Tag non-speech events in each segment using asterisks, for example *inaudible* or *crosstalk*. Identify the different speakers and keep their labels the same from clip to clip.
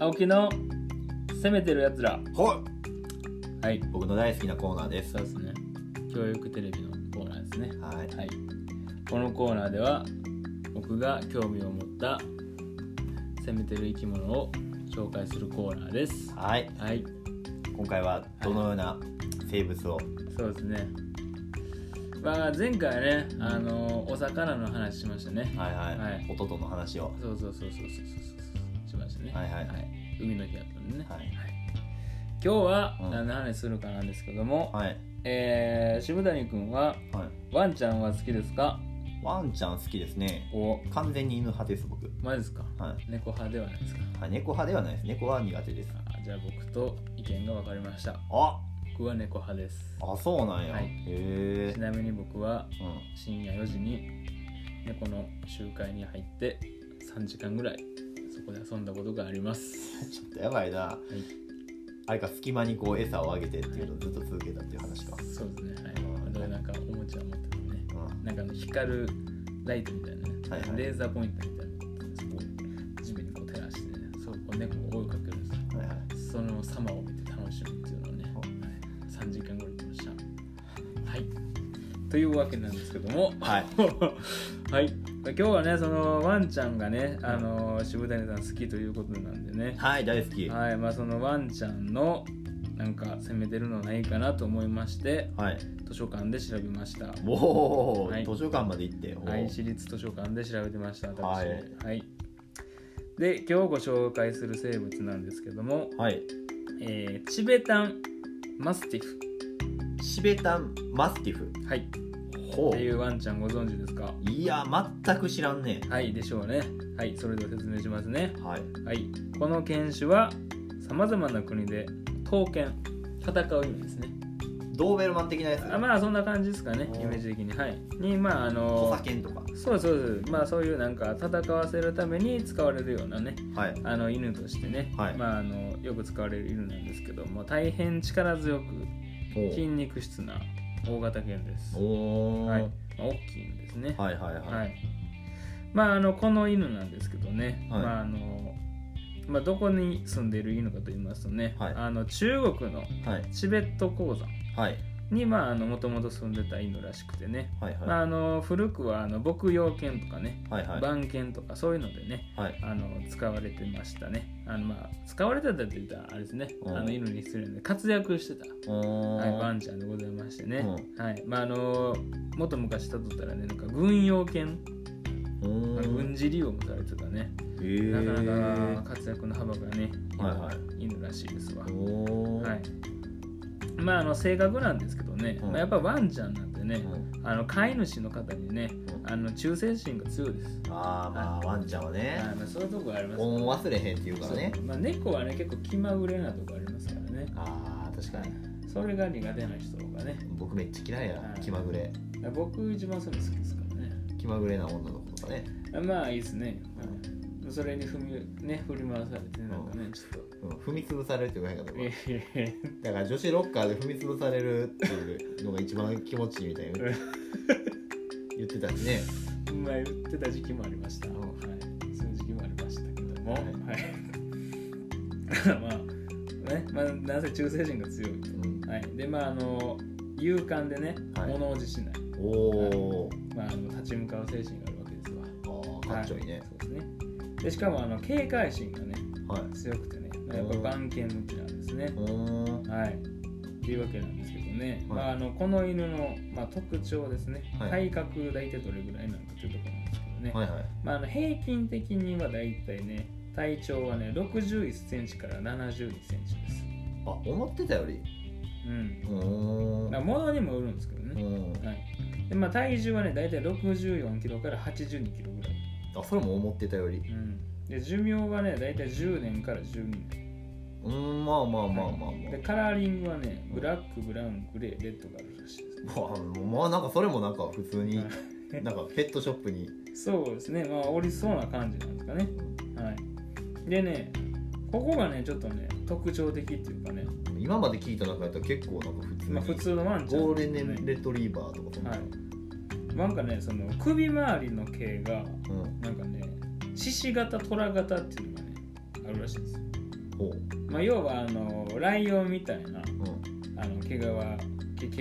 Speaker 1: 青木の攻めてるやつら
Speaker 2: ほい
Speaker 1: はい
Speaker 2: 僕の大好きなコーナーです
Speaker 1: そうですね教育テレビのコーナーですね
Speaker 2: はい
Speaker 1: はいこのコーナーでは僕が興味を持った攻めてる生き物を紹介するコーナーです
Speaker 2: はい
Speaker 1: はい
Speaker 2: 今回はどのような生物を
Speaker 1: そうですねまあ前回ねあのお魚の話しましたね
Speaker 2: はいはい、
Speaker 1: はい
Speaker 2: 弟の話を
Speaker 1: そうそうそうそうそうそうそうしましたね
Speaker 2: はいはい
Speaker 1: 海の日だったんでね、
Speaker 2: はい
Speaker 1: 今日は
Speaker 2: うん
Speaker 1: 何の話するかなんですけども、
Speaker 2: はい
Speaker 1: えー、渋谷君は
Speaker 2: はい
Speaker 1: ワンちゃんは好きですか
Speaker 2: ワンちゃん好きですね
Speaker 1: お
Speaker 2: 完全に犬派です僕
Speaker 1: マジですか
Speaker 2: はい
Speaker 1: 猫派ではないですか
Speaker 2: はい猫派ではないです猫は苦手です
Speaker 1: あじゃあ僕と意見が分かりました
Speaker 2: あ
Speaker 1: 僕は猫派です
Speaker 2: あそうなんや、
Speaker 1: はい
Speaker 2: へ
Speaker 1: ち
Speaker 2: え
Speaker 1: なみに僕は
Speaker 2: うん
Speaker 1: 深夜4時に猫の集会に入って3時間ぐらいそこで遊んだことがあります
Speaker 2: ちょっとやばいな、あれか隙間にこう餌をあげてっていうのをずっと続けたっていう話か、
Speaker 1: そうですねはいでなんかおもちゃを持っててね
Speaker 2: うん、
Speaker 1: なんかあの光るライトみたいなね、
Speaker 2: はいはい
Speaker 1: レーザーポイントみたいなのをそこを地面にこう照らしてねそこを猫を追いかけるんですよ
Speaker 2: はいはい
Speaker 1: その様を見て楽しむっていうのをね、
Speaker 2: は
Speaker 1: 3時間ぐらい行きましたはいというわけなんですけども
Speaker 2: はい
Speaker 1: *laughs* はい今日はねそのワンちゃんがねあの渋谷さん好きということなんでね
Speaker 2: はい大好きは
Speaker 1: はいまあそのワンちゃんのなんか攻めてるのないかなと思いまして
Speaker 2: い
Speaker 1: 図書館で調べました
Speaker 2: おお、
Speaker 1: はい
Speaker 2: 図書館まで行っておー
Speaker 1: はい、私立図書館で調べてました私
Speaker 2: は
Speaker 1: はいい、で今日ご紹介する生物なんですけども、
Speaker 2: はい
Speaker 1: えーチベタンマスティフ
Speaker 2: シベタンマスティフ
Speaker 1: はいっ
Speaker 2: ほ
Speaker 1: ていううワンちゃんご存知ですか
Speaker 2: いや全く知らんね
Speaker 1: はいでしょうねはいそれでは説明しますね
Speaker 2: はい
Speaker 1: はいこの犬種はさまざまな国で刀剣戦う意味ですね
Speaker 2: ドーベルマン的なやつ
Speaker 1: あまあそんな感じですかね
Speaker 2: おー
Speaker 1: イメージ的にはいにまああ
Speaker 2: 土
Speaker 1: の
Speaker 2: 佐犬とか
Speaker 1: そうそうそうまあそういうなんか戦わせるために使われるようなね
Speaker 2: はい
Speaker 1: あの犬としてね、
Speaker 2: はい
Speaker 1: まあ、あのよく使われる犬なんですけども大変力強く
Speaker 2: おー
Speaker 1: 筋肉質な大型犬です、
Speaker 2: おー
Speaker 1: はいまあ、大きいんですね、
Speaker 2: はいはいはい
Speaker 1: はいまああのこの犬なんですけどね、
Speaker 2: はい
Speaker 1: まああのまあ、どこに住んでいる犬かと言いますとね、
Speaker 2: はい
Speaker 1: あの中国の
Speaker 2: はい
Speaker 1: チベット鉱山
Speaker 2: はい
Speaker 1: にもともと住んでた犬らしくてね、
Speaker 2: はい
Speaker 1: ま
Speaker 2: は
Speaker 1: あ、あの古くはあの牧羊犬とかね
Speaker 2: いはいはい
Speaker 1: 番犬とかそういうのでね
Speaker 2: はい
Speaker 1: あの使われてましたねあの、まあ、使われてたって言ったらあれですねあ
Speaker 2: うん
Speaker 1: の犬に失礼なんで活躍してた、
Speaker 2: おー
Speaker 1: はい、ワンちゃんでございましてね、はいまああのもっと昔たどったらねなんか軍用犬、
Speaker 2: お
Speaker 1: まあ
Speaker 2: ー
Speaker 1: 軍事利用もされてたね、
Speaker 2: へー
Speaker 1: なかなか活躍の幅がね、
Speaker 2: はいはい
Speaker 1: 犬らしいですわ、
Speaker 2: おー
Speaker 1: はいまああの性格なんですけどね、
Speaker 2: うん
Speaker 1: まあ、やっぱワンちゃんなんでね、
Speaker 2: うん
Speaker 1: あの飼い主の方にね
Speaker 2: うん
Speaker 1: あの忠誠心が強いです、
Speaker 2: ああまあワンちゃんは
Speaker 1: はい
Speaker 2: ね
Speaker 1: まあ、そういうとこがありますね
Speaker 2: 恩を忘れへんっていうからね
Speaker 1: そうまあ、猫はね結構気まぐれなとこありますからね
Speaker 2: ああ確かに
Speaker 1: それが苦手な人がね
Speaker 2: 僕めっちゃ嫌いや
Speaker 1: はい
Speaker 2: 気まぐれ
Speaker 1: 僕一番そういうの好きですからね
Speaker 2: 気まぐれな女の子とかね
Speaker 1: まあいいですね、はいそれに踏みね振り回されてねなんかねちょっ
Speaker 2: うん踏み潰されるって言わへんかった
Speaker 1: といやいやい
Speaker 2: だから女子ロッカーで踏み潰されるっていうのが一番気持ちいいみたいな
Speaker 1: や
Speaker 2: 言ってたしね
Speaker 1: まあ言ってた時期もありました、
Speaker 2: うん
Speaker 1: はいそういう時期もありましたけども、
Speaker 2: は
Speaker 1: はいい *laughs* まあねまあなぜ忠誠心が強い
Speaker 2: うん
Speaker 1: はいでまああの勇敢でね、
Speaker 2: はい
Speaker 1: 物おじしない、
Speaker 2: おお
Speaker 1: まあ、あの立ち向かう精神があるわけですわ
Speaker 2: あーかっちょいいね
Speaker 1: はそうですねでしかもあの警戒心がね
Speaker 2: はい
Speaker 1: 強くてね、まあ、やっぱ番犬向きなんですね、
Speaker 2: うーん
Speaker 1: はいっていうわけなんですけどね、
Speaker 2: は
Speaker 1: ま
Speaker 2: い
Speaker 1: あ、あのこの犬の、まあ、特徴ですね、
Speaker 2: は
Speaker 1: 体
Speaker 2: い
Speaker 1: 格大体どれぐらいなのかというところなんですけどね、
Speaker 2: はいはい
Speaker 1: まあ、あの平均的には大体ね体長はね6 1ンチから7 1ンチです
Speaker 2: あ思ってたより
Speaker 1: うん
Speaker 2: うーん
Speaker 1: まあ物にもよるんですけど
Speaker 2: う
Speaker 1: ね、
Speaker 2: ん
Speaker 1: はいでまあ、体重はね大体6 4キロから8 2キロぐらい
Speaker 2: あそれも思ってたより
Speaker 1: うん、で寿命はね大体10年から12年
Speaker 2: うーんまあまあまあまあ
Speaker 1: でカラーリングはねブラックブラウングレーレッドがあるらしいです
Speaker 2: まあまあまあなんかそれもなんか普通に
Speaker 1: は
Speaker 2: なんかペットショップに
Speaker 1: そうですねまあおりそうな感じなんですかねはいでねここがねちょっとね特徴的っていうかね、
Speaker 2: 今まで聞いた中やったら結構なんか普通に、
Speaker 1: まあ、普通のワンちゃん
Speaker 2: ゴールデンレトリーバーとかそんな、
Speaker 1: はいなんかねその首周りの毛が
Speaker 2: うん
Speaker 1: なんかね獅子型虎型っていうのがねあるらしいです
Speaker 2: ほう
Speaker 1: まあ、要はあのライオンみたいな
Speaker 2: うん
Speaker 1: あの毛皮毛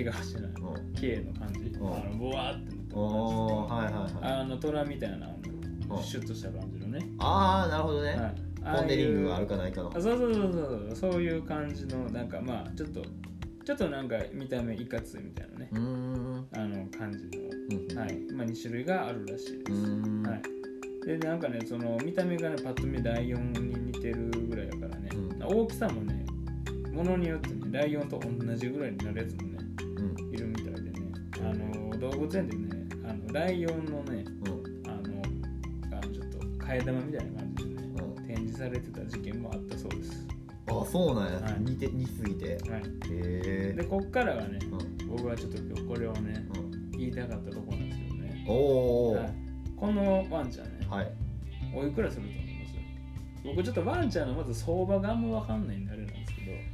Speaker 1: 毛皮じゃない
Speaker 2: うん
Speaker 1: 毛の感じ、
Speaker 2: うん
Speaker 1: あのボワーってなって
Speaker 2: おーはいはいはい
Speaker 1: あの虎みたいなあの
Speaker 2: うん
Speaker 1: シュッとした感じのね、
Speaker 2: ああなるほど
Speaker 1: は
Speaker 2: ね
Speaker 1: い、ああいう
Speaker 2: ポン・デ・リングがあるかないかの
Speaker 1: あそうそうそうそうそういう感じのなんかまあちょっとちょっとなんか見た目いかついみたいなね
Speaker 2: うーん
Speaker 1: あの感じ
Speaker 2: うん
Speaker 1: の、はいまあ、2種類があるらしいで
Speaker 2: うー
Speaker 1: す、
Speaker 2: ん
Speaker 1: はい、でなんかねその見た目がねパッと見ライオンに似てるぐらいだからね、
Speaker 2: うん
Speaker 1: 大きさもねものによってねライオンと同じぐらいになるやつもね
Speaker 2: うん
Speaker 1: いるみたいでねあの動物園でねあのライオンのね
Speaker 2: うん
Speaker 1: あのあのちょっと替え玉みたいな感じでね
Speaker 2: うん
Speaker 1: 展示されてた事件もあったそうです、
Speaker 2: あそうなんや、
Speaker 1: はい
Speaker 2: 似て似すぎてへ
Speaker 1: はい、
Speaker 2: え
Speaker 1: でこっからはね
Speaker 2: うん
Speaker 1: 僕はちょっと今日これをね
Speaker 2: うん
Speaker 1: 言いたかったところなんですけどね、
Speaker 2: おお
Speaker 1: はい、このワンちゃんね
Speaker 2: はい
Speaker 1: おいくらすると思います僕ちょっとワンちゃんのまず相場があんま分かんないんであれなんです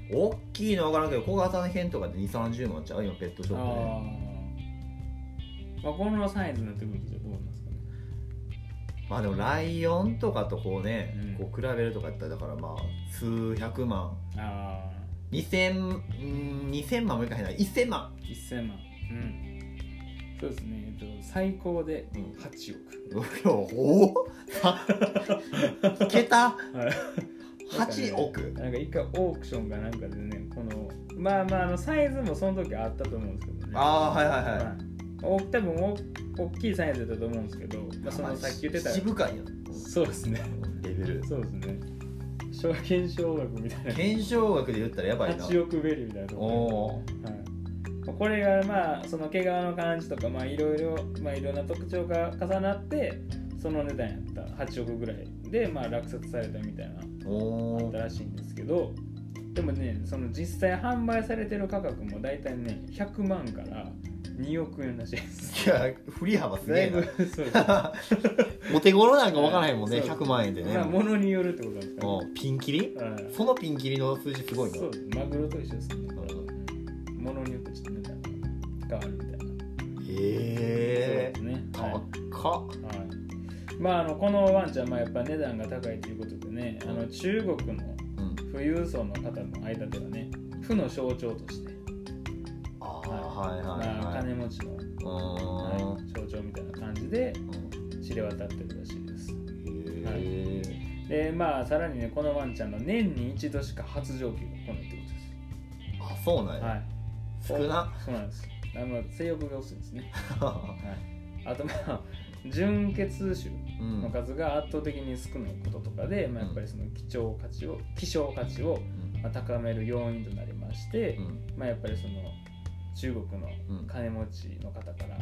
Speaker 1: けど
Speaker 2: 大きいの分からんけど小型の編とかで2 3 0万ちゃう今ペットショ
Speaker 1: あ
Speaker 2: ッ
Speaker 1: あー、まあ、このサイズになってくるとじゃあどうなんですかね
Speaker 2: プでまあでもライオンとかとこうね、
Speaker 1: うん
Speaker 2: こう比べるとかやったらだからまあ数百万
Speaker 1: ああ
Speaker 2: 2000 2000万もいかへんな1000万
Speaker 1: 1000万うんそうですね、えっと、最高で
Speaker 2: うん
Speaker 1: 8億、
Speaker 2: うお *laughs* おー *laughs* 桁
Speaker 1: はい
Speaker 2: 8億
Speaker 1: なんか一回オークションかなんかでねこのまあまああのサイズもその時あったと思うんですけどね
Speaker 2: ああはいはいはい、
Speaker 1: はいお多分お大きいサイズだったと思うんですけど、まあ、そのさっき言ってた
Speaker 2: 渋かいよ
Speaker 1: そうですね
Speaker 2: レベル
Speaker 1: そうですね証券少額みたい
Speaker 2: 検証額で言ったらやば
Speaker 1: ない
Speaker 2: な
Speaker 1: 8億ベリーみたいなと
Speaker 2: お
Speaker 1: こ
Speaker 2: おー
Speaker 1: ろ、はいまあこれがまあその毛皮の感じとかまあいろいろまあいろんな特徴が重なってその値段やった8億ぐらいでまあ落札されたみたいな
Speaker 2: お
Speaker 1: だった
Speaker 2: ー
Speaker 1: らしいんですけどでもねその実際販売されてる価格も大体ね100万から2億円らしいです
Speaker 2: いや振り *laughs* 幅すげ
Speaker 1: だい
Speaker 2: え
Speaker 1: ぶ
Speaker 2: な
Speaker 1: そうです、
Speaker 2: お手頃なんか分からへんもんね
Speaker 1: そう
Speaker 2: 100万円でね
Speaker 1: まあ、ものによるってことなんですかね
Speaker 2: うんピンキリ
Speaker 1: はい
Speaker 2: そのピンキリの数字すごいな
Speaker 1: そうマグロと一緒ですね
Speaker 2: なるほど
Speaker 1: ものによってちょっと値段が変わるみたいなそうで
Speaker 2: へえ
Speaker 1: すねはい
Speaker 2: 高
Speaker 1: は
Speaker 2: っ
Speaker 1: いまああのこのワンちゃんまあやっぱ値段が高いということでねあの中国の
Speaker 2: うん
Speaker 1: 富裕層の方の間ではね負の象徴として、
Speaker 2: ああはいはい
Speaker 1: まあ、
Speaker 2: はい
Speaker 1: 金持ちの
Speaker 2: う
Speaker 1: はい
Speaker 2: ーん、
Speaker 1: 象徴みたいな感じで知れ渡ってるらしいです
Speaker 2: うんへえ
Speaker 1: でまあさらにねこのワンちゃんの年に一度しか発情期が来ないってことです
Speaker 2: あそうなん
Speaker 1: は
Speaker 2: や
Speaker 1: い
Speaker 2: 少な *laughs*
Speaker 1: そうなんですあの性欲が薄いんですね、はい、あとまあ純血種
Speaker 2: う
Speaker 1: の
Speaker 2: ん
Speaker 1: 数が圧倒的に少ないこととかで、まあ、やっぱりその貴重価値を希少価値を
Speaker 2: うん
Speaker 1: まあ高める要因となりまして、
Speaker 2: うん
Speaker 1: まあ、やっぱりその中国の
Speaker 2: うん
Speaker 1: 金持ちの方から、
Speaker 2: ん
Speaker 1: ま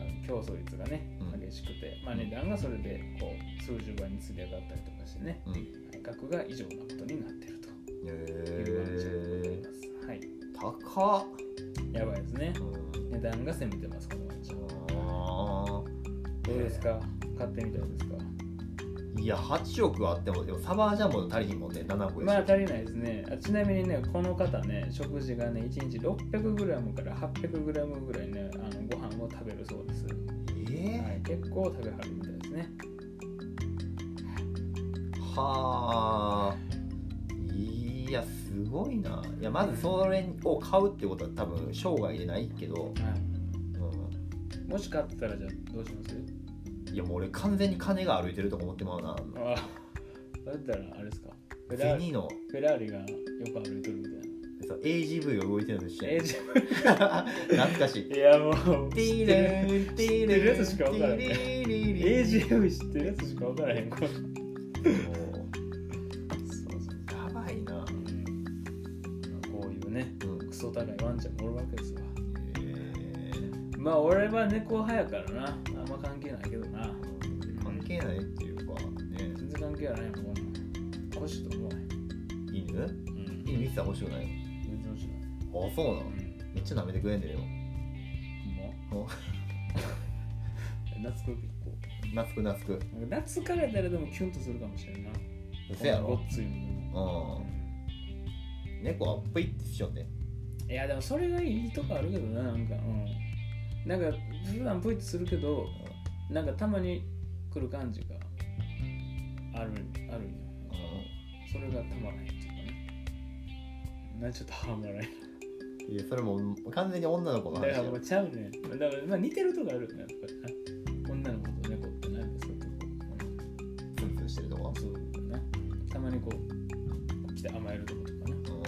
Speaker 1: あ、競争率がね
Speaker 2: うん
Speaker 1: 激しくて、まあ、
Speaker 2: うん
Speaker 1: 値段がそれでこう数十倍につり上がったりとかしてね
Speaker 2: うん
Speaker 1: 額が異常なことになってると
Speaker 2: へ
Speaker 1: いう感じでござい
Speaker 2: え
Speaker 1: ます、はい
Speaker 2: 高っ
Speaker 1: やばいですね
Speaker 2: うん
Speaker 1: 値段が攻めてますこのワンちゃん
Speaker 2: あ
Speaker 1: どうですか買ってみたいですか
Speaker 2: ーいや8億はあってもでもサバージャンボで足りひんもんね7億やし
Speaker 1: まあ足りないですねあちなみにねこの方ね食事がね1日 600g から 800g ぐらいねあのご飯を食べるそうです、は
Speaker 2: え
Speaker 1: い、結構食べはるみたいですね
Speaker 2: ー、はあいやすごいないやまずそれを買うってことは多分生涯でないけど、
Speaker 1: はい
Speaker 2: うん、
Speaker 1: もし買ってたらじゃあどうします
Speaker 2: いやもう俺完全に金が歩いてるとか思ってまうな
Speaker 1: ああだったらあれですかフェラーリ
Speaker 2: 銭の
Speaker 1: フェラーリがよく歩いてるみたいな
Speaker 2: そう AGV が動いてるのと一緒
Speaker 1: え
Speaker 2: や
Speaker 1: ーじゃ
Speaker 2: 懐かしい
Speaker 1: あいやもう
Speaker 2: ティーレンティー
Speaker 1: 知って
Speaker 2: レン
Speaker 1: るやつしかわからんね
Speaker 2: ティーリリリ
Speaker 1: AGM 知ってるやつしか分からへんこれそう
Speaker 2: も
Speaker 1: そうそう
Speaker 2: うやばいな、
Speaker 1: こういうね
Speaker 2: うん
Speaker 1: クソ高いワンちゃんもおるわけですわ
Speaker 2: え
Speaker 1: まあ俺は猫派やからなあんま関係ないけどな
Speaker 2: ー関係ないっていうかね
Speaker 1: 全然関係ないもんこんなん腰と思わへん
Speaker 2: 犬
Speaker 1: うん
Speaker 2: 犬見てたら欲しくないの
Speaker 1: 全然落ちない
Speaker 2: あそうなの
Speaker 1: うん
Speaker 2: めっちゃ舐めてくれんだよ
Speaker 1: ほん
Speaker 2: お
Speaker 1: ま懐く結構
Speaker 2: 懐く懐く
Speaker 1: なんか懐かれたらでもキュンとするかもしれんな
Speaker 2: そや
Speaker 1: ごっ
Speaker 2: ろ
Speaker 1: ついのでも
Speaker 2: う
Speaker 1: うん
Speaker 2: ん猫はぷいってしようね
Speaker 1: いやでもそれがいいとこあるけどななんかうんなんか普段ポイッとするけどなんかたまに来る感じがあるあるんよ
Speaker 2: う
Speaker 1: それがたまらへんっていうかねなちょっと半笑い
Speaker 2: いやそれもう完全に女の子の
Speaker 1: だか
Speaker 2: 話
Speaker 1: ら
Speaker 2: よ
Speaker 1: もうちゃうねんだからまあ似てるとこあるよねやっぱりな女の子と猫ってなやっぱそういうとこ
Speaker 2: ツンツンしてるとこ
Speaker 1: そうだなたまにこう来て甘えるとことかな
Speaker 2: う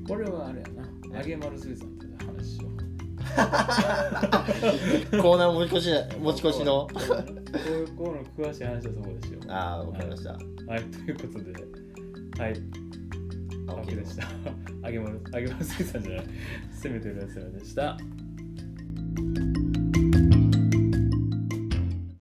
Speaker 2: ん
Speaker 1: これはあれやな揚げ丸水産って話しよう
Speaker 2: コーナー持ち越しな持ち越しの
Speaker 1: こういうこういうの詳しい話はそこでしよう
Speaker 2: *laughs* ああわかりました
Speaker 1: はいということではい青木でした *laughs* 揚げ丸揚げ丸水産じゃない攻めてるやつらでした